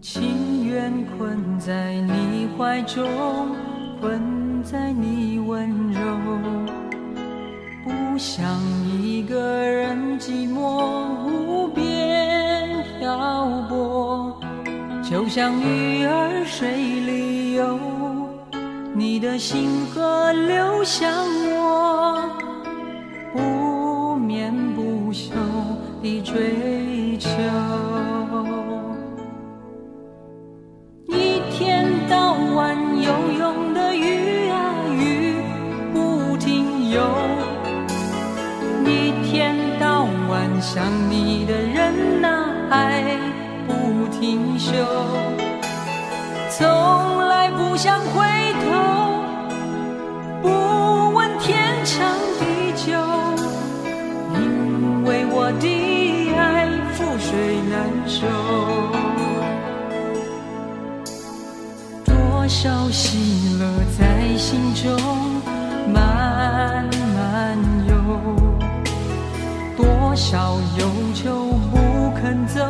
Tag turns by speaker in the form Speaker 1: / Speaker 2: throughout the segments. Speaker 1: 情缘困在你怀中，困在你温柔。不想一个人寂寞无边漂泊，就像鱼儿水里游。你的心河流向我，不眠不休地追求。一天到晚游泳的鱼啊鱼，不停游；一天到晚想你的人啊爱，不停休。从来不想回头，不问天长地久，因为我的爱覆水难收。多少喜乐在心中慢慢游，多少忧愁不肯走，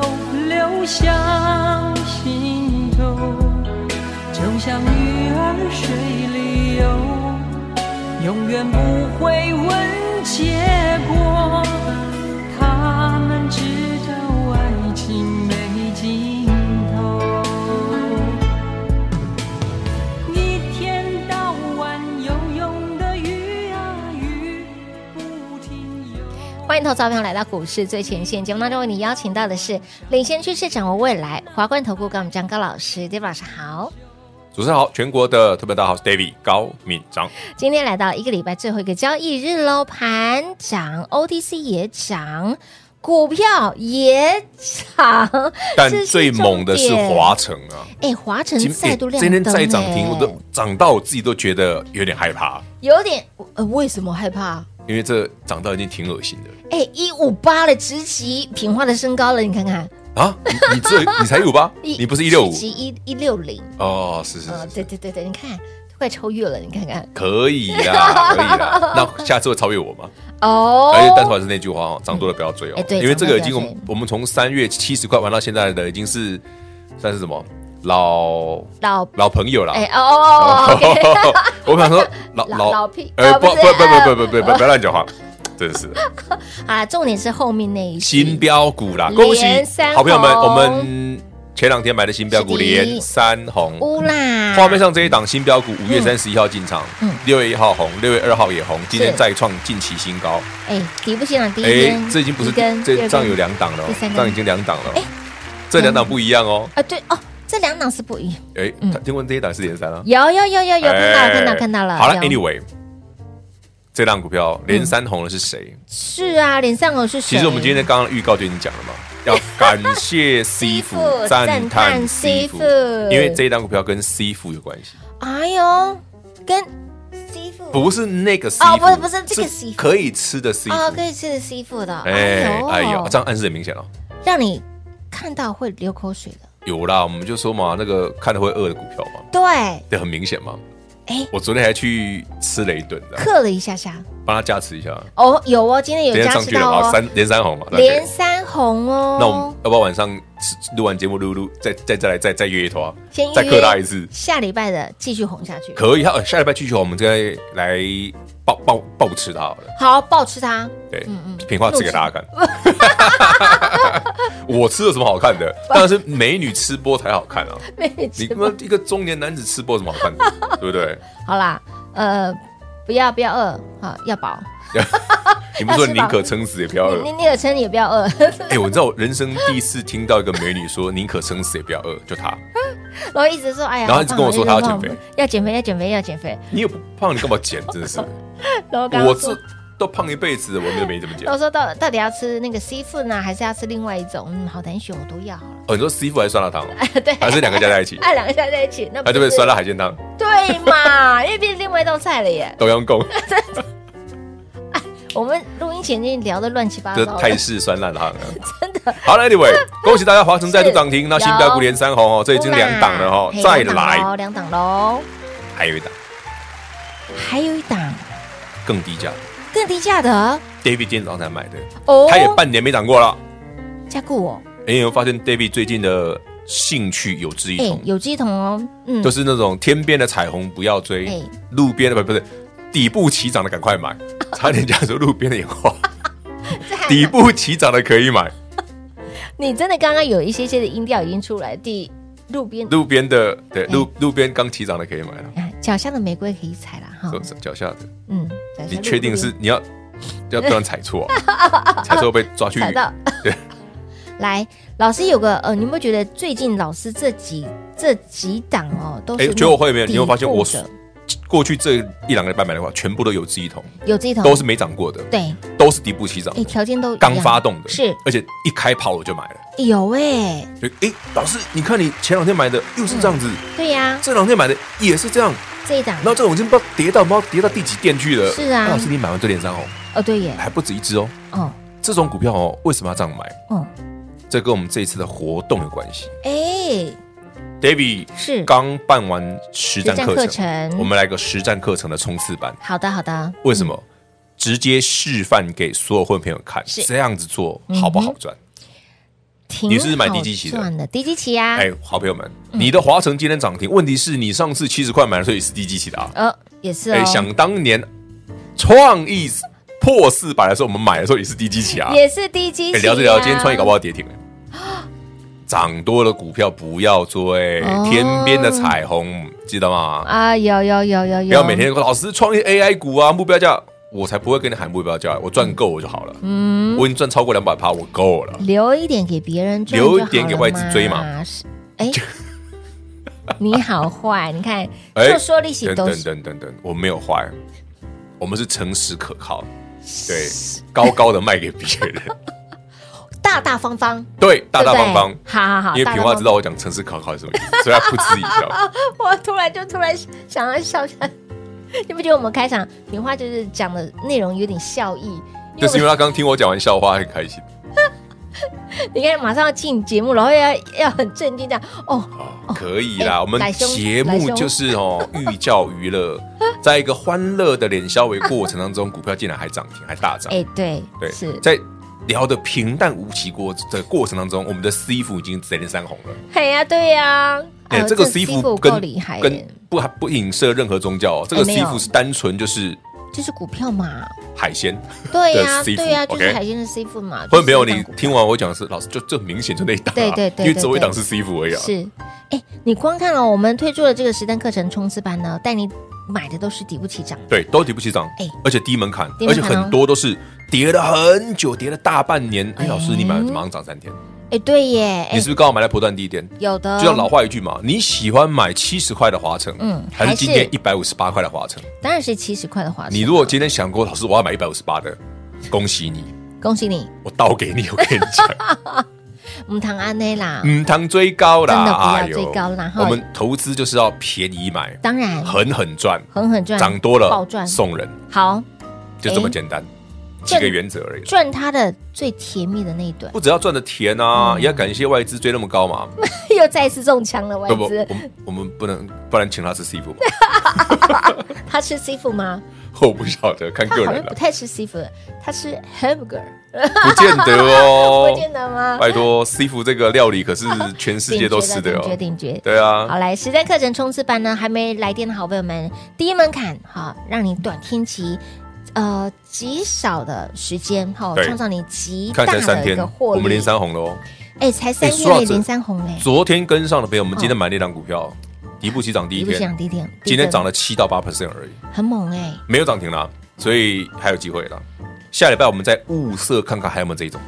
Speaker 1: 流向心头。就像鱼儿水里游，永远不会问结果。他们知道爱情没尽头。一天到晚游泳的鱼啊鱼，不停游。
Speaker 2: 欢迎投资朋友来到股市最前线节目当中，为你邀请到的是领先趋势、掌握未来华冠投顾高敏章高老师，David 老师好。
Speaker 3: 主持人好，全国的特别大家好，我是 David 高敏 章。
Speaker 2: 今天来到一个礼拜最后一个交易日喽，盘涨，OTC 也涨，股票也涨，
Speaker 3: 但
Speaker 2: 这
Speaker 3: 最猛的是
Speaker 2: 重点
Speaker 3: 华城啊，
Speaker 2: 哎，华晨再度亮
Speaker 3: 今
Speaker 2: 灯、
Speaker 3: 天
Speaker 2: 哎，
Speaker 3: 再涨停，我都涨到我自己都觉得有点害怕，
Speaker 2: 有点呃，为什么害怕？
Speaker 3: 因为这涨到已经挺恶心的
Speaker 2: 哎，一五八了，直击品化的身高了，你看看，
Speaker 3: 了啊！你你 这你才一五八，你不是一六五
Speaker 2: 直击一一六零
Speaker 3: 哦？是是
Speaker 2: 啊，
Speaker 3: 是，
Speaker 2: 对对对对，你看都快超越了，你看看
Speaker 3: 可 以啦，可以啦。那下次会超越我吗？
Speaker 2: 哦，
Speaker 3: 而且但是还是那句话哦，涨多了不要追
Speaker 2: 哎
Speaker 3: 哦，
Speaker 2: 对
Speaker 3: 因为这个已经我
Speaker 2: 涨多了不要
Speaker 3: 们
Speaker 2: 追
Speaker 3: 我们从三月七十块玩到现在的已经是算是什么老
Speaker 2: 老
Speaker 3: 老朋友了。
Speaker 2: 哎哦哦哦，OK，
Speaker 3: 我想说老
Speaker 2: 老
Speaker 3: 老
Speaker 2: 老屁
Speaker 3: 呃
Speaker 2: 啊
Speaker 3: 不
Speaker 2: 不
Speaker 3: 不
Speaker 2: 是
Speaker 3: 不不不不不不不要乱讲话，真是的
Speaker 2: 啊，重点是后面那一句
Speaker 3: 新标股啦，恭喜
Speaker 2: 连三红
Speaker 3: 好朋友们，我们前两天买的新标股
Speaker 2: 是的
Speaker 3: 连三红，
Speaker 2: 乌啦，
Speaker 3: 画面上这一档新标股五月三十一号进场
Speaker 2: 嗯，
Speaker 3: 六月一号红，六月二号也红，今天
Speaker 2: 是
Speaker 3: 再创近期新高，
Speaker 2: 哎，底部现场第一
Speaker 3: 哎
Speaker 2: 根，，
Speaker 3: 这已经不是
Speaker 2: 第一根
Speaker 3: 这
Speaker 2: 第二
Speaker 3: 这
Speaker 2: 根
Speaker 3: 样有两档了哦
Speaker 2: 第三，根
Speaker 3: 这样已经两档了
Speaker 2: 哎
Speaker 3: 哦，这两档不一样哦，
Speaker 2: 啊，对哦，这两档是不一样，
Speaker 3: 哎，他听闻这一档是连三啊，
Speaker 2: 有有有有有看到了看到
Speaker 3: 哎
Speaker 2: 了看到了，
Speaker 3: 好了
Speaker 2: 有
Speaker 3: ，Anyway，这档股票连三红的是谁？
Speaker 2: 是啊，脸上有是谁？
Speaker 3: 其实我们今天刚刚预告就已经讲了嘛，要感谢 C 府
Speaker 2: 师傅
Speaker 3: 赞叹
Speaker 2: 赞叹
Speaker 3: C
Speaker 2: 师
Speaker 3: 府
Speaker 2: 傅，
Speaker 3: 因为这一档股票跟 C 府有关系，
Speaker 2: 哎呦，跟师傅
Speaker 3: 不是那个 C
Speaker 2: 哦
Speaker 3: 府，
Speaker 2: 不是不是这个 seafood
Speaker 3: 可以吃的 C 府。
Speaker 2: 哦，可以吃的师傅的，
Speaker 3: 哎哎
Speaker 2: 哎
Speaker 3: 呦
Speaker 2: 呦，，
Speaker 3: 这样暗示很明显了。哦
Speaker 2: 让你看到会流口水的，
Speaker 3: 有啦，我们就说嘛，那个看了会饿的股票嘛，
Speaker 2: 对，
Speaker 3: 这很明显嘛。
Speaker 2: 哎，
Speaker 3: 我昨天还去吃了一顿的，
Speaker 2: 刻了一下下，
Speaker 3: 帮他加持一下。
Speaker 2: 哦，有哦，今天有
Speaker 3: 今天
Speaker 2: 加
Speaker 3: 上
Speaker 2: 持
Speaker 3: 去了
Speaker 2: 到
Speaker 3: 嘛，
Speaker 2: 哦，
Speaker 3: 三连三红嘛，上去了
Speaker 2: 连三红哦，
Speaker 3: 那我们要不要晚上吃录完节目录录，再再再来再再约一坨，
Speaker 2: 先预
Speaker 3: 再
Speaker 2: 约
Speaker 3: 克他一次？
Speaker 2: 下礼拜的继续红下去，
Speaker 3: 可以，好，下礼拜继续，我们再来爆爆爆吃它好了。
Speaker 2: 好，暴吃它，
Speaker 3: 对
Speaker 2: 嗯嗯，
Speaker 3: 品话吃给大家看。 我吃有什么好看 的？当然是美女吃播才好看啊！
Speaker 2: 没
Speaker 3: 你
Speaker 2: 吃
Speaker 3: 他妈一个中年男子吃播有什么好看的？对不对？
Speaker 2: 好啦，呃，不要不要饿，好要饱，
Speaker 3: 你不是说宁可撑死也不要饿
Speaker 2: 你？你你撑你也不要饿，
Speaker 3: 哎、我知道我人生第一次听到一个美女说宁可撑死也不要饿，就 她。
Speaker 2: 然后一直说哎呀，
Speaker 3: 然后一直跟我说她要减肥
Speaker 2: 好棒，要减肥要减肥要减肥，
Speaker 3: 你也不胖，你干嘛减？真 的是，
Speaker 2: 然后刚刚
Speaker 3: 我这
Speaker 2: 说。
Speaker 3: 都胖一辈子了，我没没怎么减
Speaker 2: 然。后说到到底要吃那个西凤呢，还是要吃另外一种？嗯，好难选，我都要好了。
Speaker 3: 哦，你说师傅还是酸辣汤哦，
Speaker 2: 对，
Speaker 3: 还是两个加在一起？
Speaker 2: 哎，两个加在一起，那
Speaker 3: 啊，对不对？
Speaker 2: 是
Speaker 3: 酸辣海鲜汤
Speaker 2: 对嘛？ 因为变成另外一道菜了耶。
Speaker 3: 都要供，
Speaker 2: 我们录音前已经聊的乱七八
Speaker 3: 这
Speaker 2: 糟了，
Speaker 3: 泰式酸 辣汤。真的。好了，Anyway，恭喜大家华城再度涨停，那
Speaker 2: 有
Speaker 3: 新标股连三红哦，这已经两档了哦
Speaker 2: 嘿，
Speaker 3: 再
Speaker 2: 两档
Speaker 3: 来
Speaker 2: 喽两档喽，
Speaker 3: 还有一档
Speaker 2: 还有一档
Speaker 3: 更低价
Speaker 2: 更低价的
Speaker 3: ，David 今天早上才买的，
Speaker 2: 哦，
Speaker 3: 他也半年没涨过了。
Speaker 2: 加固我，
Speaker 3: 哎，有没有发现 David 最近的兴趣有志一
Speaker 2: 哎
Speaker 3: 同，，
Speaker 2: 有机桶哦，嗯，
Speaker 3: 就是那种天边的彩虹不要追
Speaker 2: 哎，
Speaker 3: 路边的不不是底部起涨的赶 快买，差点讲说路边的眼花，底部起涨的可以买，
Speaker 2: 你真的刚刚有一些些的音调已经出来，第路边
Speaker 3: 路边的
Speaker 2: 哎
Speaker 3: 对路路边刚起涨的可以买了。
Speaker 2: 啊脚下的玫瑰可以采啦哈
Speaker 3: 手，手脚下的，
Speaker 2: 嗯，脚下
Speaker 3: 你
Speaker 2: 路
Speaker 3: 确定是 你要要不然踩错啊？ 踩错被抓去
Speaker 2: 踩到。
Speaker 3: 对，
Speaker 2: 来，老师有个呃，你有没有觉得最近老师这几这几档哦，都是
Speaker 3: 哎
Speaker 2: 那
Speaker 3: 觉得我会没有
Speaker 2: 底
Speaker 3: 你有没有发现
Speaker 2: 部
Speaker 3: 我
Speaker 2: 的
Speaker 3: 过去这一两个礼拜买的话，全部都有志一同，
Speaker 2: 有这一桶
Speaker 3: 都是没涨过的，
Speaker 2: 嗯对，
Speaker 3: 都是底部起涨
Speaker 2: 哎，，条件都一样
Speaker 3: 刚发动的，
Speaker 2: 是
Speaker 3: 而且一开跑我就买了。
Speaker 2: 有哎，
Speaker 3: 就哎，老师，你看你前两天买的又是这样子，
Speaker 2: 对呀，
Speaker 3: 这两天买的也是这样，
Speaker 2: 这一档
Speaker 3: 然后这种已经不知道跌到不知道跌到第几店去了。
Speaker 2: 是啊
Speaker 3: 那老师，你买完这点三红
Speaker 2: 哦对耶，
Speaker 3: 还不止一只哦。
Speaker 2: 哦
Speaker 3: 这种股票哦，为什么要这样买？
Speaker 2: 哦，
Speaker 3: 这跟我们这一次的活动有关系。
Speaker 2: 哎
Speaker 3: David
Speaker 2: 是
Speaker 3: 刚办完实战课
Speaker 2: 实战课
Speaker 3: 程，
Speaker 2: 程
Speaker 3: 我们来个实战课程的冲刺版。
Speaker 2: 好的好的，
Speaker 3: 为什么？直接示范给所有混朋友看，
Speaker 2: 嗯是嗯
Speaker 3: 这样子做好不好赚？
Speaker 2: 挺
Speaker 3: 你是不是买低
Speaker 2: 好
Speaker 3: 基期的
Speaker 2: 赚的低基期啊呀，
Speaker 3: 哎、好朋友们，
Speaker 2: 嗯
Speaker 3: 你的华城今天涨停，问题是你上次七十块买的时候也是低基期的啊。
Speaker 2: 呃也是
Speaker 3: 哎、
Speaker 2: 哦，
Speaker 3: 想当年创意破四百的时候，我们买的时候也是低基期啊。
Speaker 2: 也是低基期
Speaker 3: 哎、
Speaker 2: 呀，
Speaker 3: 聊着聊，今天创意搞不好 跌停了。涨多了股票不要追，
Speaker 2: 哦
Speaker 3: 天边的彩虹，记得吗？
Speaker 2: 啊，有有有有有，
Speaker 3: 不要每天跟我老师创业 AI 股啊，目标价，我才不会跟你喊目标价，我赚够我就好了。嗯，我已经赚超过两百趴，我够了。
Speaker 2: 留一点给别人赚就好了嘛，
Speaker 3: 留一点给外资追嘛
Speaker 2: 是。哎，你好坏，你看，
Speaker 3: 哎
Speaker 2: 就说利息
Speaker 3: 等
Speaker 2: 都
Speaker 3: 等
Speaker 2: 是
Speaker 3: 等等等，我没有坏，我们是诚实可靠，对，高高的卖给别人，
Speaker 2: 大大方方，
Speaker 3: 对，大大方
Speaker 2: 对
Speaker 3: 方
Speaker 2: 不。对好好好，
Speaker 3: 因为
Speaker 2: 大大
Speaker 3: 平
Speaker 2: 方
Speaker 3: 花知道我讲诚实可靠是什么意思，所以他噗嗤一笑。
Speaker 2: 我突然就突然想要笑笑，你不觉得我们开场平花就是讲的内容有点笑意？
Speaker 3: 就是因
Speaker 2: 我
Speaker 3: 为他刚听我讲完笑话，很开心。
Speaker 2: 你看马上要进节目，然后要要很震惊这样哦，
Speaker 3: 哦可以啦，
Speaker 2: 哎
Speaker 3: 我们
Speaker 2: 来兄
Speaker 3: 节
Speaker 2: 来
Speaker 3: 目
Speaker 2: 兄
Speaker 3: 就是哦，寓教于乐，在一个欢乐的脸消微过程当中，股票竟然还涨停，还大涨。
Speaker 2: 哎，对，
Speaker 3: 对，
Speaker 2: 是，
Speaker 3: 在聊的平淡无奇过的过程当中，我们的 C 服已经直连三红了。
Speaker 2: 哎呀，对呀，
Speaker 3: 哎、
Speaker 2: 哦
Speaker 3: 这个 C 服
Speaker 2: 服
Speaker 3: 跟
Speaker 2: 够厉害耶，
Speaker 3: 跟不不影射任何宗教哦，这个
Speaker 2: 哎没
Speaker 3: C
Speaker 2: 有
Speaker 3: 服是单纯就是
Speaker 2: 就是股票嘛，
Speaker 3: 海鲜。
Speaker 2: 对呀，
Speaker 3: 的 seafood，
Speaker 2: 对呀，就
Speaker 3: OK
Speaker 2: 是海鲜的 C 服嘛，
Speaker 3: 或者没有
Speaker 2: 就是一
Speaker 3: 你
Speaker 2: 档股票
Speaker 3: 听完我讲的是老师，就这明显就那一档、啊，
Speaker 2: 对对对
Speaker 3: 因为
Speaker 2: 对
Speaker 3: 只有一
Speaker 2: 对
Speaker 3: 档是 C 服而已啊。
Speaker 2: 是，哎，你光看了我们推出的这个实战课程冲刺班呢，带你买的都是底部起涨，
Speaker 3: 对，都提不起涨，
Speaker 2: 哎
Speaker 3: 而且低门槛，
Speaker 2: 低门槛哦
Speaker 3: 而且很多都是跌了很久，跌了大半年。哎、
Speaker 2: 哎
Speaker 3: 老师，你买了马上涨三天，
Speaker 2: 哎，对耶，哎哦
Speaker 3: 你是，不是刚好买在波段低点？
Speaker 2: 有的
Speaker 3: 就像老话一句嘛，你喜欢买七十块的华城，
Speaker 2: 嗯
Speaker 3: 还是
Speaker 2: 还
Speaker 3: 今
Speaker 2: 是
Speaker 3: 天一百五十八块的华城？
Speaker 2: 当然是七十块的啊华晨，
Speaker 3: 啊你如果今天想过，老师我要买一百五十八的，恭喜你，
Speaker 2: 恭喜你，
Speaker 3: 我倒给你，我跟你讲，
Speaker 2: 我们唐安内啦，
Speaker 3: 嗯，糖追高啦，
Speaker 2: 真的不要
Speaker 3: 哎呦
Speaker 2: 追高啦哈
Speaker 3: 我们投资就是要便宜买，
Speaker 2: 当然
Speaker 3: 狠狠赚，
Speaker 2: 狠狠赚，
Speaker 3: 涨多了
Speaker 2: 暴赚，
Speaker 3: 送人，
Speaker 2: 好
Speaker 3: 就这么简单，几个原则而已。
Speaker 2: 赚它的最甜蜜的那一段，
Speaker 3: 不只要赚的甜啊，
Speaker 2: 嗯
Speaker 3: 也要感谢外资追那么高嘛。
Speaker 2: 又再次中枪了，外
Speaker 3: 不不，
Speaker 2: 资
Speaker 3: 我们我们不能，不然请他吃 C 服，
Speaker 2: 他吃 C 服吗？
Speaker 3: 我不晓得，看
Speaker 2: 他
Speaker 3: 个
Speaker 2: 好
Speaker 3: 人
Speaker 2: 像不
Speaker 3: 了，
Speaker 2: 太吃 C 服，他吃 hamburger，
Speaker 3: 不见得 哦
Speaker 2: 不。见得啊吗？
Speaker 3: 拜托，C 服这个料理可是全世界都是的
Speaker 2: 顶
Speaker 3: 哦
Speaker 2: 绝。顶绝。
Speaker 3: 对啊，
Speaker 2: 好，来实战课程冲刺班呢，还没来电的好朋友们，第一门槛哈、让你短天期。呃，极少的时间哈，
Speaker 3: 对
Speaker 2: 创造你极大
Speaker 3: 看起来三
Speaker 2: 的一
Speaker 3: 天
Speaker 2: 个，获
Speaker 3: 我
Speaker 2: 利。
Speaker 3: 们连三红了哦。
Speaker 2: 哎，才三
Speaker 3: 哎
Speaker 2: 天
Speaker 3: 说到
Speaker 2: 嘞，
Speaker 3: 这
Speaker 2: 连三红哎，
Speaker 3: 昨天跟上的朋友，我们今天买那档股票，底部起涨第一
Speaker 2: 一不想
Speaker 3: 天，
Speaker 2: 低点，
Speaker 3: 今天涨
Speaker 2: 了
Speaker 3: 了七到八 percent 而已，
Speaker 2: 很猛哎，
Speaker 3: 没有涨停啦，所以还有机会啦。下礼拜我们再物色看看还有没有这一种。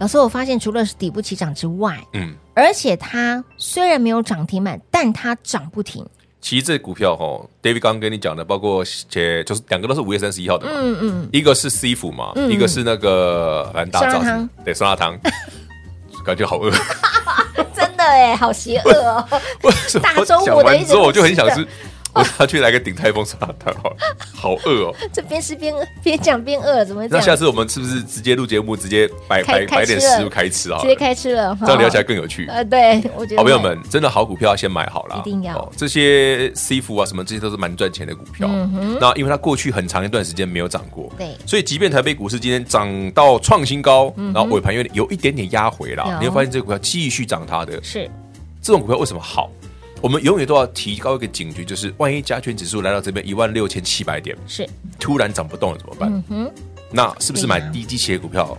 Speaker 2: 老师，我发现除了是底部起涨之外，
Speaker 3: 嗯，
Speaker 2: 而且它虽然没有涨停板，但它涨不停。
Speaker 3: 其实这股票哈，David 刚刚跟你讲的，包括且就是两个都是五月三十一号的嘛，
Speaker 2: 嗯嗯，
Speaker 3: 一个是 C 府嘛，
Speaker 2: 嗯
Speaker 3: 一个是那个兰大
Speaker 2: 酸辣
Speaker 3: 炸
Speaker 2: 汤
Speaker 3: 子，对，酸辣汤， 感觉好饿。
Speaker 2: 真的哎，好邪恶哦！
Speaker 3: 为什么
Speaker 2: 大中午的
Speaker 3: 讲完
Speaker 2: 一直
Speaker 3: 之后我就
Speaker 2: 不
Speaker 3: 很想
Speaker 2: 吃
Speaker 3: 吃，我下去来个鼎泰丰酸辣汤好了，好饿哦。
Speaker 2: 这边吃边饿，边讲边饿，怎么会这
Speaker 3: 那
Speaker 2: 样？
Speaker 3: 下次我们是不是直接录节目，直接摆
Speaker 2: 开
Speaker 3: 摆
Speaker 2: 开
Speaker 3: 摆点
Speaker 2: 吃了
Speaker 3: 食物开吃啊？
Speaker 2: 直接开吃了，
Speaker 3: 这样聊起来
Speaker 2: 来，
Speaker 3: 更有趣。
Speaker 2: 呃，对我觉得
Speaker 3: 好朋友们，真的好股票要先买好啦，哦
Speaker 2: 一定要
Speaker 3: 这些 C 服啊，什么这些都是蛮赚钱的股票。
Speaker 2: 嗯哼
Speaker 3: 那因为它过去很长一段时间没有涨过，
Speaker 2: 对嗯
Speaker 3: 所以即便台北股市今天涨到创新高，然后尾盘有点有一点点压回啦
Speaker 2: 有，
Speaker 3: 你会发现这个股票继续涨它的。
Speaker 2: 是
Speaker 3: 这种股票为什么好？我们永远都要提高一个警觉，就是万一加权指数来到这边一万六千七百点，
Speaker 2: 是，
Speaker 3: 突然涨不动了怎么办？
Speaker 2: 嗯哼，
Speaker 3: 那是不是买
Speaker 2: 对啊
Speaker 3: 低基企业股票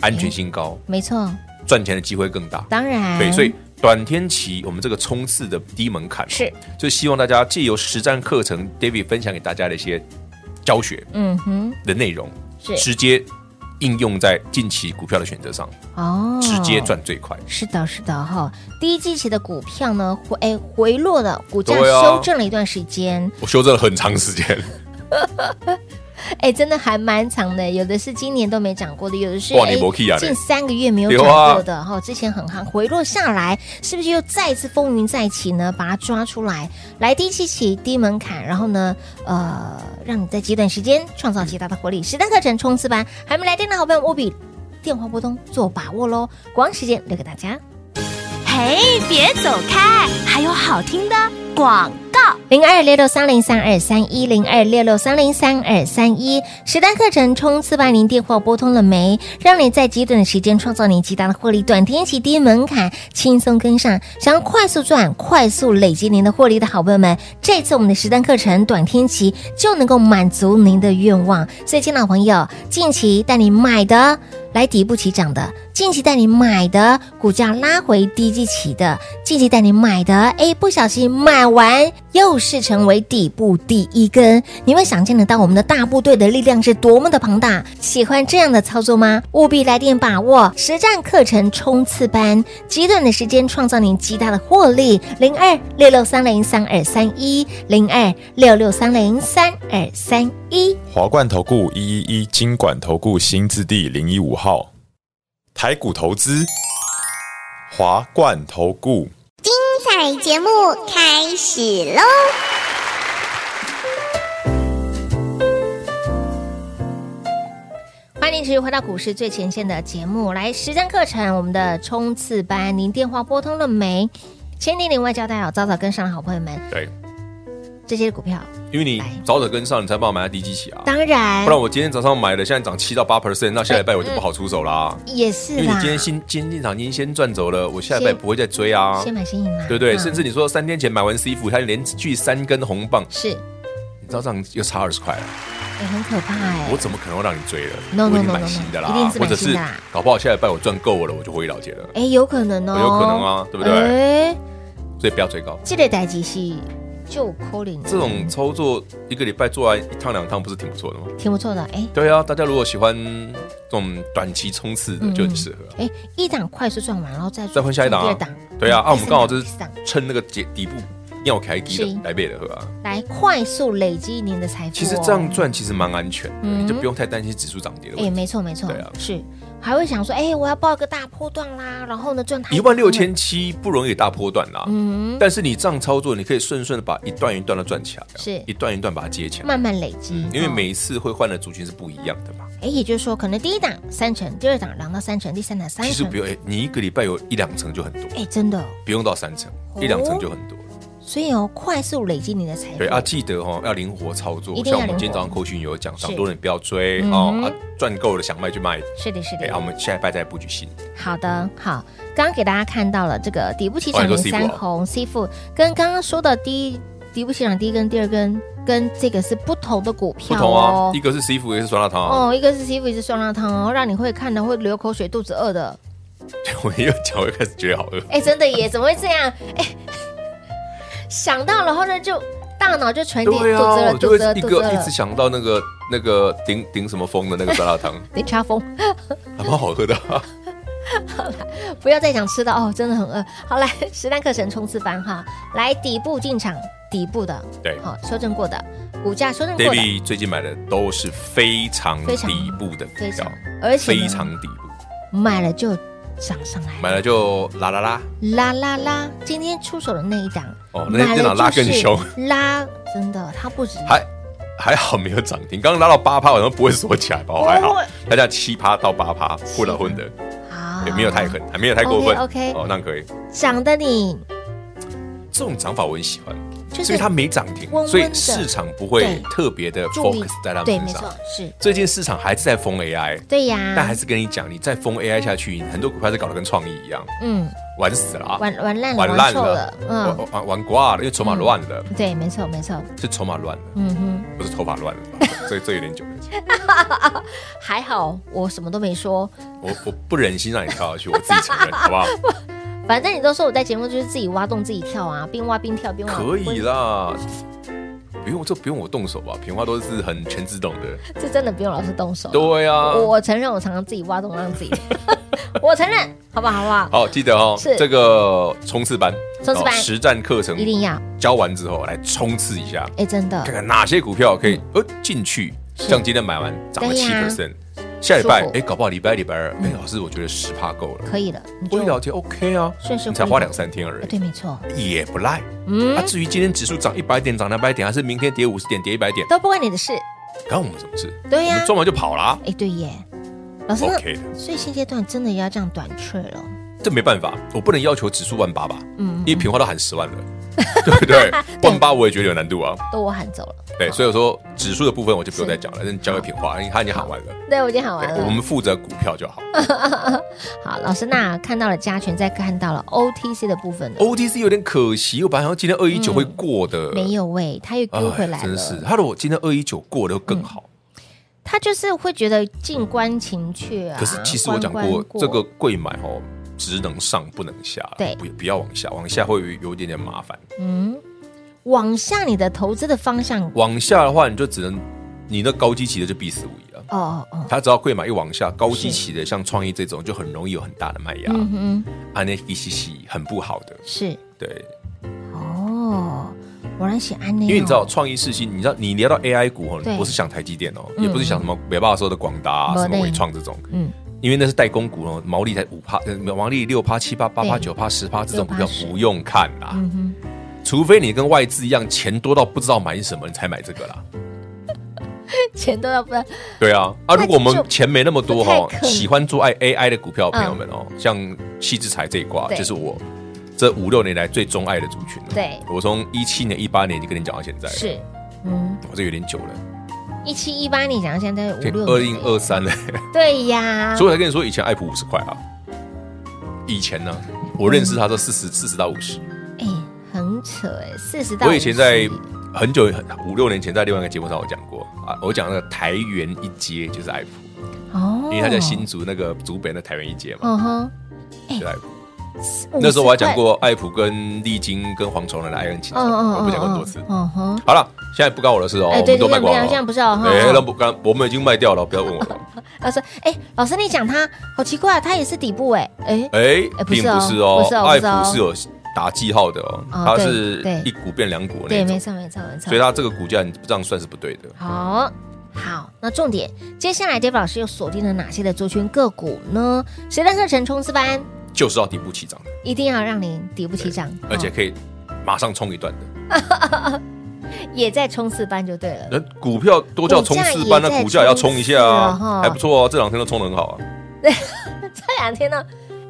Speaker 3: 安全性高，
Speaker 2: 没错，
Speaker 3: 赚钱的机会更大？
Speaker 2: 当然，
Speaker 3: 对，所以短天期我们这个冲刺的低门槛
Speaker 2: 是，
Speaker 3: 就希望大家借由实战课程，David 分享给大家的一些教学
Speaker 2: 嗯哼，
Speaker 3: 的内容，
Speaker 2: 是
Speaker 3: 直接应用在近期股票的选择上，
Speaker 2: 哦，
Speaker 3: 直接。赚最快。
Speaker 2: 是的，是的哈、第一季期的股票呢，回哎回落了，股价
Speaker 3: 对啊
Speaker 2: 修正了一段时间，
Speaker 3: 我修正了很长时间，
Speaker 2: 哎、真的还蛮长的，有的是今年都没涨过的，有的是
Speaker 3: 哇你
Speaker 2: 哎
Speaker 3: 没去啊
Speaker 2: 近
Speaker 3: 嘞
Speaker 2: 三个月没有
Speaker 3: 对
Speaker 2: 涨
Speaker 3: 啊
Speaker 2: 过的哈、之前很夯，回落下来，是不是又再次风云再起呢？把它抓出来，来低期起低门槛，然后呢，呃，让你在极短时间创造极大的活力。实战课程冲刺班，还没来电的好朋友，务必电话拨通做把握喽。广告时间留给大家。
Speaker 4: 嘿，别走开，还有好听的广告。
Speaker 2: 零二六六三零三二三一零二六六三零三二三一实单课程冲刺班，您电话拨通了没？让你在极短的时间创造你极大的获利，短天期低门槛，轻松跟上。想要快速赚、快速累积您的获利的好朋友们，这次我们的实单课程短天期就能够满足您的愿望。所以，亲老朋友，近期带你买的。来底部起涨的，近期带你买的股价拉回低基期的，近期带你买的，哎，不小心买完又是成为底部第一根，你会想见得到我们的大部队的力量是多么的庞大。喜欢这样的操作吗？务必来电把握实战课程冲刺班，极短的时间创造你极大的获利。零二六六三零三二三一，零二六六三零三二三一。
Speaker 5: 华冠投顾一一一金管投顾新字第零一五号，台股投资，华冠投顾。
Speaker 6: 彩节目开始喽！
Speaker 2: 欢迎持续回到股市最前线的节目，来实战课程，我们的冲刺班，您电话拨通了没？千叮咛万交代好，早早跟上的好朋友们，
Speaker 3: 对，
Speaker 2: 这些股票
Speaker 3: 因为你早早跟上，你才帮我买到低基期啊。
Speaker 2: 当然
Speaker 3: 不然我今天早上买了，现在涨七到八 percent，那下礼拜我就不好出手啦。
Speaker 2: 也
Speaker 3: 因
Speaker 2: 是
Speaker 3: 为你
Speaker 2: 啦，
Speaker 3: 今天新今天进场，您先赚走了，我下礼拜
Speaker 2: 先
Speaker 3: 不会再追啊，
Speaker 2: 先买先赢啦，
Speaker 3: 对不对？
Speaker 2: 嗯
Speaker 3: 甚至你说三天前买完 C 股，它连续三根红棒，
Speaker 2: 是
Speaker 3: 你知道这样又差二十块了，
Speaker 2: 也很可怕哎
Speaker 3: 我，怎么可能让你追了？
Speaker 2: No, no,
Speaker 3: 我已经
Speaker 2: no,
Speaker 3: 买
Speaker 2: no, no.
Speaker 3: 新的
Speaker 2: 一定
Speaker 3: 啦，
Speaker 2: 是
Speaker 3: 或
Speaker 2: 买
Speaker 3: 者
Speaker 2: 新
Speaker 3: 是
Speaker 2: 的啊啦
Speaker 3: 搞不好下礼拜我赚够了，我就回老姐了，
Speaker 2: 哎，有可能哦，
Speaker 3: 有可能啊对不对
Speaker 2: 哎，
Speaker 3: 所以不要追高。
Speaker 2: 这类代机是就扣零，
Speaker 3: 这种操作一个礼拜做完一趟两趟，不是挺不错的吗？
Speaker 2: 挺不错的哎。
Speaker 3: 对啊，大家如果喜欢这种短期冲刺的，就很适合。
Speaker 2: 哎，一档快速赚完，然后再
Speaker 3: 再换下一档啊
Speaker 2: 第二档，
Speaker 3: 对啊，啊，我
Speaker 2: 第
Speaker 3: 们
Speaker 2: 三
Speaker 3: 刚好
Speaker 2: 档
Speaker 3: 就是
Speaker 2: 第四档
Speaker 3: 趁那个底底部尿开低
Speaker 2: 是
Speaker 3: 的来贝的喝啊。
Speaker 2: 来快速累积您的财富哦。
Speaker 3: 其实这样赚其实蛮安全的，
Speaker 2: 嗯
Speaker 3: 你就不用太担心指数涨跌的
Speaker 2: 哎、
Speaker 3: 问题。
Speaker 2: 没错没错，
Speaker 3: 对啊
Speaker 2: 是还会想说，哎、我要报一个大波段啦，然后呢赚它
Speaker 3: 一万六，千七不容易大波段啦，
Speaker 2: 嗯，
Speaker 3: 但是你这样操作，你可以顺顺的把一段一段的赚起来啊，
Speaker 2: 是
Speaker 3: 一段一段把它接起来。
Speaker 2: 慢慢累积，
Speaker 3: 嗯，因为
Speaker 2: 哦
Speaker 3: 每一次会换的族群是不一样的嘛。
Speaker 2: 哎、也就是说，可能第一档三成，第二档两到三成，第三档三
Speaker 3: 其实
Speaker 2: 成
Speaker 3: 不，用，哎，你一个礼拜有一两成就很多，
Speaker 2: 哎、真的哦，
Speaker 3: 不用到三成，
Speaker 2: 哦
Speaker 3: 一两成就很多。
Speaker 2: 所以哦，快速累积你的财富，
Speaker 3: 对啊，记得哦，要灵活操作
Speaker 2: 一。定要
Speaker 3: 像我们
Speaker 2: 灵活
Speaker 3: 今天早上扣讯有讲，
Speaker 2: 是
Speaker 3: 涨多了你不要追
Speaker 2: 嗯
Speaker 3: 哦，啊，赚够了想卖就卖。
Speaker 2: 是的，是
Speaker 3: 哎，
Speaker 2: 的，
Speaker 3: 啊我们下一拜再布局新的。
Speaker 2: 好的，好，刚刚给大家看到了这个底部起涨
Speaker 3: 哦
Speaker 2: 零
Speaker 3: 你说 C
Speaker 2: 三
Speaker 3: 部哦
Speaker 2: 红 C 富，跟刚刚说的第一底部起涨第一根、第二根跟这个是不同的股
Speaker 3: 不
Speaker 2: 票
Speaker 3: 同啊
Speaker 2: 哦，。
Speaker 3: 一个是 C 服，一个是酸辣汤啊。
Speaker 2: 哦，一个是 C 富，一个是酸辣汤哦，让你会看的会流口水、肚子饿的。
Speaker 3: 我一有讲，我就开始觉得好饿。
Speaker 2: 哎、真的耶，怎么会这样？哎、想到，然后呢就大脑就传递
Speaker 3: 对
Speaker 2: 肚子
Speaker 3: 啊，
Speaker 2: 了，
Speaker 3: 我就
Speaker 2: 肚
Speaker 3: 会
Speaker 2: 子了，
Speaker 3: 一
Speaker 2: 肚子
Speaker 3: 个一
Speaker 2: 了
Speaker 3: 直，想到那个那个顶顶什么风的那个酸辣汤，
Speaker 2: 你插风，
Speaker 3: 还蛮好喝的啊、
Speaker 2: 不要再想吃的哦，真的很饿。好，来实战课程冲刺班哈，来底部进场，底部的，
Speaker 3: 对
Speaker 2: 好修正过的股价修正过的，
Speaker 3: ，David 最近买的都是非常
Speaker 2: 非常
Speaker 3: 底部的股
Speaker 2: 非常
Speaker 3: 票，
Speaker 2: 而且呢
Speaker 3: 非常底部，
Speaker 2: 买了就涨上来，
Speaker 3: 买了就啦啦啦，
Speaker 2: 啦啦啦！今天出手的那一档，
Speaker 3: 哦那
Speaker 2: 买
Speaker 3: 那
Speaker 2: 了
Speaker 3: 档拉
Speaker 2: 就是
Speaker 3: 更凶
Speaker 2: 拉真的，它不止
Speaker 3: 还还好没有涨停，刚刚拉到八趴，好像不会锁起来吧？我还好，大家七趴到八趴，混了混的，
Speaker 2: 啊
Speaker 3: 也没有太狠，还没有太过分
Speaker 2: OK，OK
Speaker 3: 哦，那可以，
Speaker 2: 涨的你
Speaker 3: 这种涨法我很喜欢。
Speaker 2: 就是
Speaker 3: 所以它没涨停
Speaker 2: 温温，的
Speaker 3: 所以市场不会
Speaker 2: 对
Speaker 3: 特别的
Speaker 2: 注意
Speaker 3: focus 在他们
Speaker 2: 对，
Speaker 3: 身
Speaker 2: 没
Speaker 3: 上
Speaker 2: 错。，是
Speaker 3: 最近市场还是在封 AI，
Speaker 2: 对呀，
Speaker 3: 但还是跟你讲，你再封 AI 下去，很多股票是搞得跟创意一样，
Speaker 2: 嗯，
Speaker 3: 玩死了啊，
Speaker 2: 玩玩烂了，
Speaker 3: 玩烂
Speaker 2: 臭
Speaker 3: 了，
Speaker 2: 嗯，
Speaker 3: 玩玩玩挂了，因为筹码乱了，
Speaker 2: 对，没错，没错，
Speaker 3: 是筹码乱了，
Speaker 2: 嗯哼，
Speaker 3: 不是头发乱了， 这这有点久了。
Speaker 2: 还好我什么都没说，
Speaker 3: 我我不忍心让你跳下去，我自己承 认，好不好？
Speaker 2: 反正你都说我在节目就是自己挖洞自己跳啊，边挖边跳边挖，
Speaker 3: 可以
Speaker 2: 了，
Speaker 3: 啦，不用这不用我动手吧？平花都是很全自动的，
Speaker 2: 这真的不用老是动手，
Speaker 3: 对啊。
Speaker 2: 我我承认我常常自己挖洞让自己， 我承认，好不好？好不好？
Speaker 3: 好，记得哦
Speaker 2: 是，
Speaker 3: 这个冲刺班，
Speaker 2: 冲刺班
Speaker 3: 哦实战课程
Speaker 2: 一定要，
Speaker 3: 教完之后来冲刺一下，
Speaker 2: 哎，真的
Speaker 3: 看，看哪些股票可以呃进去，像今天买完涨了
Speaker 2: 嗯对
Speaker 3: 七
Speaker 2: 呀
Speaker 3: percent，下礼拜
Speaker 2: 舒服嗯
Speaker 3: 哎搞不好礼拜一礼拜二，哎老师我觉得十趴够了，
Speaker 2: 可以了，你
Speaker 3: 微
Speaker 2: 就
Speaker 3: 了解 OK 啊
Speaker 2: 顺势，
Speaker 3: 你才
Speaker 2: 获利
Speaker 3: 花两三天而
Speaker 2: 哎
Speaker 3: 已，
Speaker 2: 对，没错，
Speaker 3: 也不赖。
Speaker 2: 嗯
Speaker 3: 啊，，至于今天指数涨一百点、涨两百点，还是明天跌五十点、跌一百点，
Speaker 2: 都不关你的事，
Speaker 3: 关我们什么事？
Speaker 2: 对呀
Speaker 3: 我们赚完就跑啊啦。
Speaker 2: 哎，对耶，老师，那
Speaker 3: OK 的
Speaker 2: 所以现阶段真的要这样短缺了，
Speaker 3: 这没办法，我不能要求指数万八吧，
Speaker 2: 嗯
Speaker 3: 因为平花都喊 十万了，对不对？万八我也觉得有难度啊。
Speaker 2: 都我喊走了，
Speaker 3: 对，所以我说指数的部分我就不用
Speaker 2: 是
Speaker 3: 再讲了，那你交给平花，因为他已经喊完了。
Speaker 2: 对我已经喊完
Speaker 3: 对，我
Speaker 2: 了。
Speaker 3: 们负责股票就好。
Speaker 2: 好，老师，那看到了加权，再看到了 OTC 的部分呢，
Speaker 3: OTC 有点可惜，我本来好像今天二一九会过的，
Speaker 2: 没有喂，他又
Speaker 3: 哎，
Speaker 2: 丢回来
Speaker 3: 真
Speaker 2: 了。嗯
Speaker 3: 是。他如果今天二一九过的更好，
Speaker 2: 他就是会觉得静观情却啊。
Speaker 3: 可是其实我讲
Speaker 2: 关
Speaker 3: 过
Speaker 2: 关，
Speaker 3: 这个贵买哦，只能上不能下，
Speaker 2: 对
Speaker 3: 不不要往下，往下会有有一点点麻烦。
Speaker 2: 嗯，往下你的投资的方向，哦
Speaker 3: 往下的话，你就只能你那高基期的就必死无疑了。
Speaker 2: 哦哦，
Speaker 3: 它只要贵买一往下，高基期的像创意这种就很容易有很大的卖压，啊
Speaker 2: 嗯哼，
Speaker 3: 安内一西西很不好的，
Speaker 2: 是
Speaker 3: 对，
Speaker 2: 哦，我来写安内，哦
Speaker 3: 因为你知道，创意世新，你知道你聊到 AI 股哦，
Speaker 2: 嗯对
Speaker 3: 你不是想台积电哦，
Speaker 2: 嗯
Speaker 3: 也不是想什么美霸说的广达啊、
Speaker 2: 没
Speaker 3: 什么
Speaker 2: 呢
Speaker 3: 伟创这种，
Speaker 2: 嗯，
Speaker 3: 因为那是代工股哦，毛利才五趴，呃毛利六趴、七趴、八趴、
Speaker 2: 对
Speaker 3: 九趴、十趴这种股
Speaker 2: 6%
Speaker 3: 票不用看啦，
Speaker 2: 嗯哼，
Speaker 3: 除非你跟外资一样钱多到不知道买什么，你才买这个啦。
Speaker 2: 钱都要不要，
Speaker 3: 对啊，啊，
Speaker 2: 那
Speaker 3: 如果我
Speaker 2: 就
Speaker 3: 们钱没那么
Speaker 2: 不
Speaker 3: 多哈
Speaker 2: 太，可能嗯
Speaker 3: 喜欢做爱 AI 的股票的朋友们哦，像细制材这一挂，
Speaker 2: 对
Speaker 3: 就是我这五六年来最钟爱的族群了。
Speaker 2: 对
Speaker 3: 我从一七年、一八年就跟你讲到现在了，
Speaker 2: 是，嗯，
Speaker 3: 我这有点久了，
Speaker 2: 一七一八你讲现在五
Speaker 3: 对，
Speaker 2: 六，
Speaker 3: 二零二，三了，
Speaker 2: 对呀，
Speaker 3: 所以我才跟你说，以前爱普五十块啊，以前呢，我认识它都四十四十到五十，
Speaker 2: 哎，很扯哎，四十到
Speaker 3: 我以前在
Speaker 2: 50
Speaker 3: 很久很五六年前在另外一个节目上我讲过啊，我讲那个台原一街就是爱普，
Speaker 2: 哦，
Speaker 3: 因为它在新，竹那个竹北那台原一街嘛，
Speaker 2: 嗯哼，
Speaker 3: 就是爱普。
Speaker 2: 50
Speaker 3: 那时候我还讲过艾普跟丽晶跟黄崇仁的爱恨情
Speaker 2: 块，嗯
Speaker 3: 仇，
Speaker 2: 嗯嗯，
Speaker 3: 我不讲过多次
Speaker 2: 嗯。嗯哼，
Speaker 3: 好了，现在不关我的事哦，
Speaker 2: 哎，
Speaker 3: 我
Speaker 2: 对对
Speaker 3: 们都卖
Speaker 2: 对，不
Speaker 3: 光
Speaker 2: 要
Speaker 3: 了
Speaker 2: 这样不。是哦，哈
Speaker 3: 哎，
Speaker 2: 哈
Speaker 3: 那不刚我们已经卖掉了，不要问我了。
Speaker 2: 他说：“哎、老师，你讲他好奇怪、啊，他也是底部哎、哎、
Speaker 3: 哎
Speaker 2: 哎，不
Speaker 3: 并
Speaker 2: 是哦
Speaker 3: 不是哦
Speaker 2: 不是哦，
Speaker 3: 艾
Speaker 2: 不是哦
Speaker 3: 普是有打记号的哦，
Speaker 2: 哦
Speaker 3: 它
Speaker 2: 对
Speaker 3: 是
Speaker 2: 对
Speaker 3: 一股变两股的
Speaker 2: 对，
Speaker 3: 那
Speaker 2: 没
Speaker 3: 种，
Speaker 2: 错，没错，没错
Speaker 3: 所以。它这个股价你这样算是不对的。
Speaker 2: 好，好，那重点，接下来 Dave 老师又锁定了哪些的族群个股呢？实战课程冲刺班
Speaker 3: 就是要底部起涨，
Speaker 2: 一定要让你底部起涨，
Speaker 3: 而且
Speaker 2: 哦
Speaker 3: 可以马上冲一段
Speaker 2: 嗯
Speaker 3: 的。
Speaker 2: 也在冲刺班就对了。
Speaker 3: 那股票都叫冲刺
Speaker 2: 股价
Speaker 3: 班，
Speaker 2: 也
Speaker 3: 那
Speaker 2: 在
Speaker 3: 股价也要冲一下
Speaker 2: 哎冲刺哦了哈
Speaker 3: 啊，还不错啊，这两天都冲的很好啊。
Speaker 2: 这两天呢，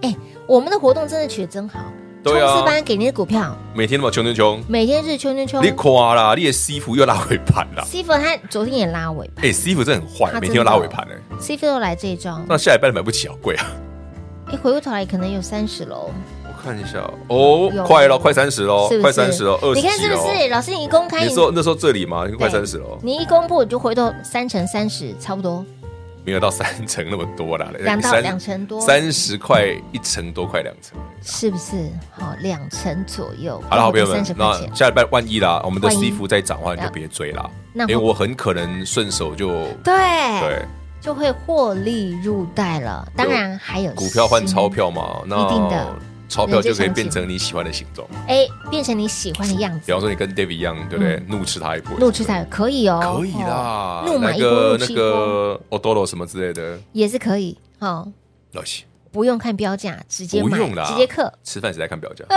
Speaker 2: 哎、我们的活动真的取得真好，
Speaker 3: 对啊
Speaker 2: 冲刺班给你的股票
Speaker 3: 每天那么冲冲冲，
Speaker 2: 每天是圈圈圈
Speaker 3: 你。垮啦，你的西服又拉回盘 啦。
Speaker 2: C 粉他昨天也拉尾
Speaker 3: 哎、c 师傅真的很坏，
Speaker 2: 他真的
Speaker 3: 每天要拉尾盘哎、
Speaker 2: ，C 粉又来这一招，
Speaker 3: 那下礼拜买不起，好贵啊！
Speaker 2: 哎、回过头来可能有三十喽。
Speaker 3: 我看一下哦，
Speaker 2: 有
Speaker 3: 哦快了，快三十喽
Speaker 2: 是，不
Speaker 3: 快
Speaker 2: 是？
Speaker 3: 三十喽，二十
Speaker 2: 你看
Speaker 3: 几
Speaker 2: 是不
Speaker 3: 喽。
Speaker 2: 是？老师，你一公开，
Speaker 3: 你
Speaker 2: 你
Speaker 3: 说那时候这里吗？快
Speaker 2: 对
Speaker 3: 三十喽。哦
Speaker 2: 你一公布，我就回到三乘三十，差不多。
Speaker 3: 没有到三成那么多啦，
Speaker 2: 两到
Speaker 3: 三
Speaker 2: 两成多
Speaker 3: 三十块一成多，快两成。
Speaker 2: 是不是？好，两成左右。
Speaker 3: 好了，好朋友们
Speaker 2: 三十，块
Speaker 3: 那
Speaker 2: 钱。
Speaker 3: 下礼拜万一啦，我们的
Speaker 2: 万一
Speaker 3: C 幅再涨的话，你就别追啦，
Speaker 2: 那
Speaker 3: 因为我很可能顺手就
Speaker 2: 对，
Speaker 3: 对
Speaker 2: 就会获利入袋了。当然还有
Speaker 3: 股票换
Speaker 2: 新
Speaker 3: 钞，票嘛，那
Speaker 2: 一定的
Speaker 3: 钞票就可
Speaker 2: 人之常
Speaker 3: 以
Speaker 2: 情
Speaker 3: 变成你喜欢的形状，
Speaker 2: 哎，变成你喜欢的样
Speaker 3: 比
Speaker 2: 子
Speaker 3: 方。说你跟 David 一样，对不对？怒吃他一波，
Speaker 2: 路痴才可以哦，
Speaker 3: 可以
Speaker 2: 嗯哦，
Speaker 3: 啦
Speaker 2: 怒马
Speaker 3: 那
Speaker 2: 一波，
Speaker 3: 个
Speaker 2: 怒
Speaker 3: 那
Speaker 2: 吃一波
Speaker 3: 个 Odoro 什么之类的，
Speaker 2: 也是可以。哦，
Speaker 3: 老西
Speaker 2: 不用看标价，直接
Speaker 3: 不
Speaker 2: 买
Speaker 3: 用啦，，
Speaker 2: 直接刻。
Speaker 3: 吃饭时在看表价，
Speaker 2: 嗯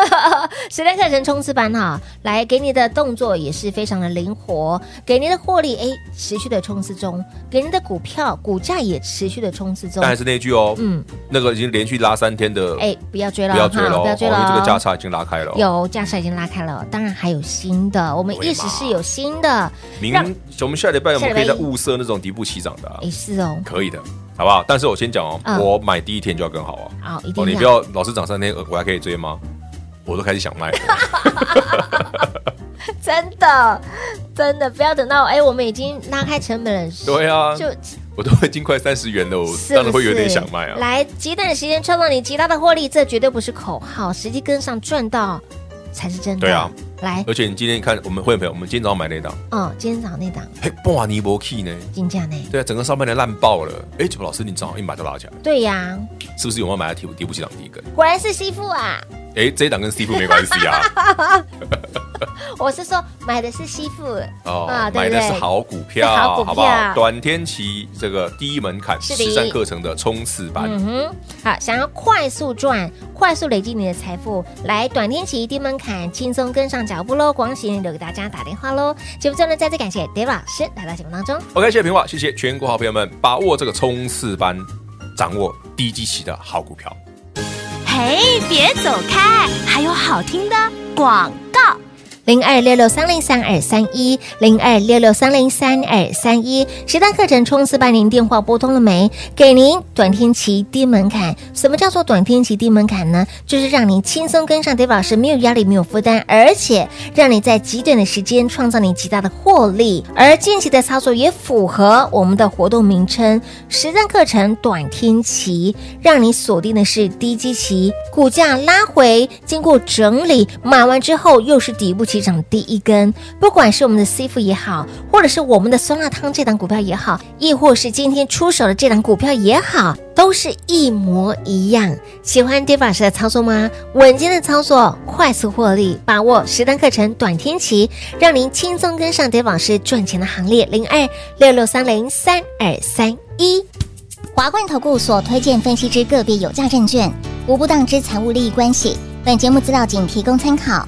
Speaker 2: 时代课程冲刺班哈、来给你的动作也是非常的灵活，给您的获利哎持续的冲刺中，给您的股票股价也持续的冲刺中
Speaker 3: 但。还是那句哦，
Speaker 2: 嗯，
Speaker 3: 那个已经连续拉三天的，
Speaker 2: 哎，不要追了，
Speaker 3: 不要追
Speaker 2: 哈
Speaker 3: 了，
Speaker 2: 不要追
Speaker 3: 哦
Speaker 2: 了，哦
Speaker 3: 因为这个价差已经拉开了。，哦
Speaker 2: 有价差已经拉开了，当然还有新的，我们
Speaker 3: 对嘛
Speaker 2: 一时是有新的，
Speaker 3: 明
Speaker 2: 让
Speaker 3: 我们下礼拜我们可以
Speaker 2: 下
Speaker 3: 再
Speaker 2: 礼拜一
Speaker 3: 物色那种底部起涨的啊，
Speaker 2: 哎是哦，
Speaker 3: 可以的，好不好？但是我先讲哦
Speaker 2: 嗯，
Speaker 3: 我买第一天就要更好啊。
Speaker 2: 好一
Speaker 3: 哦，
Speaker 2: 定
Speaker 3: 你不
Speaker 2: 要
Speaker 3: 要老是涨三天，呃我还可以追吗？我都开始想卖了，
Speaker 2: 真的真的不要等到哎我们已经拉开成本了，
Speaker 3: 对啊，
Speaker 2: 就
Speaker 3: 我都已经快三十元了，我
Speaker 2: 是
Speaker 3: 当然
Speaker 2: 不
Speaker 3: 会
Speaker 2: 是
Speaker 3: 有点想卖啊。
Speaker 2: 来，极短的时间创造你极大的获利，这绝对不是口号，实际跟上赚到才是真的。
Speaker 3: 对啊，
Speaker 2: 来，
Speaker 3: 而且你今天看，我们会员朋友，我们今天早上买那档，
Speaker 2: 哦，今天早上那档
Speaker 3: 嘿，哇，尼伯 key 呢？
Speaker 2: 金价呢？
Speaker 3: 对啊，整个上半年烂爆了。哎，怎么老师你早上一买就拉起来，
Speaker 2: 对呀、
Speaker 3: 是不是有没有买在底部底部起涨第一根？
Speaker 2: 果然是吸附啊！
Speaker 3: 哎，这一档跟 C 部没关系啊。
Speaker 2: 我是说买的是吸附
Speaker 3: 哦，
Speaker 2: 啊对
Speaker 3: 买
Speaker 2: 不
Speaker 3: 的是
Speaker 2: 对？
Speaker 3: 好股票，
Speaker 2: 是好股票
Speaker 3: 好不好？短天期这个低门槛
Speaker 2: 是的
Speaker 3: 实战课程的冲刺班，
Speaker 2: 嗯哼，好，想要快速赚、快速累积你的财富，来短天期低门槛，轻松跟上脚步喽！广喜你留给大家打电话喽！节目最后呢，再次感谢 Dave 老师来到节目当中。
Speaker 3: OK，谢谢平话，谢谢全国好朋友们，把握这个冲刺班，掌握低基期的好股票。
Speaker 4: 嘿，别走开，还有好听的广告。
Speaker 2: 零二六六三零三二三一，零二六六三零三二三一，实战课程冲刺班，您电话拨通了没？给您短天期低门槛。什么叫做短天期低门槛呢？就是让您轻松跟上 Dave 老师，没有压力，没有负担，而且让你在极短的时间创造你极大的获利。而近期的操作也符合我们的活动名称——实战课程短天期，让你锁定的是低基期，股价拉回，经过整理，买完之后又是底部起涨第一根。不管是我们的 C 股也好，或者是我们的酸辣汤这档股票也好，亦或是今天出手的这档股票也好，都是一模一样。喜欢 d a v 老师的操作吗？稳健的操作，快速获利，把握实单课程短天期，让您轻松跟上 d a v 老师赚钱的行列。零二六六三零三二三一。
Speaker 6: 华冠投顾所推荐分析之个别有价证券，无不当之财务利益关系。本节目资料仅提供参考，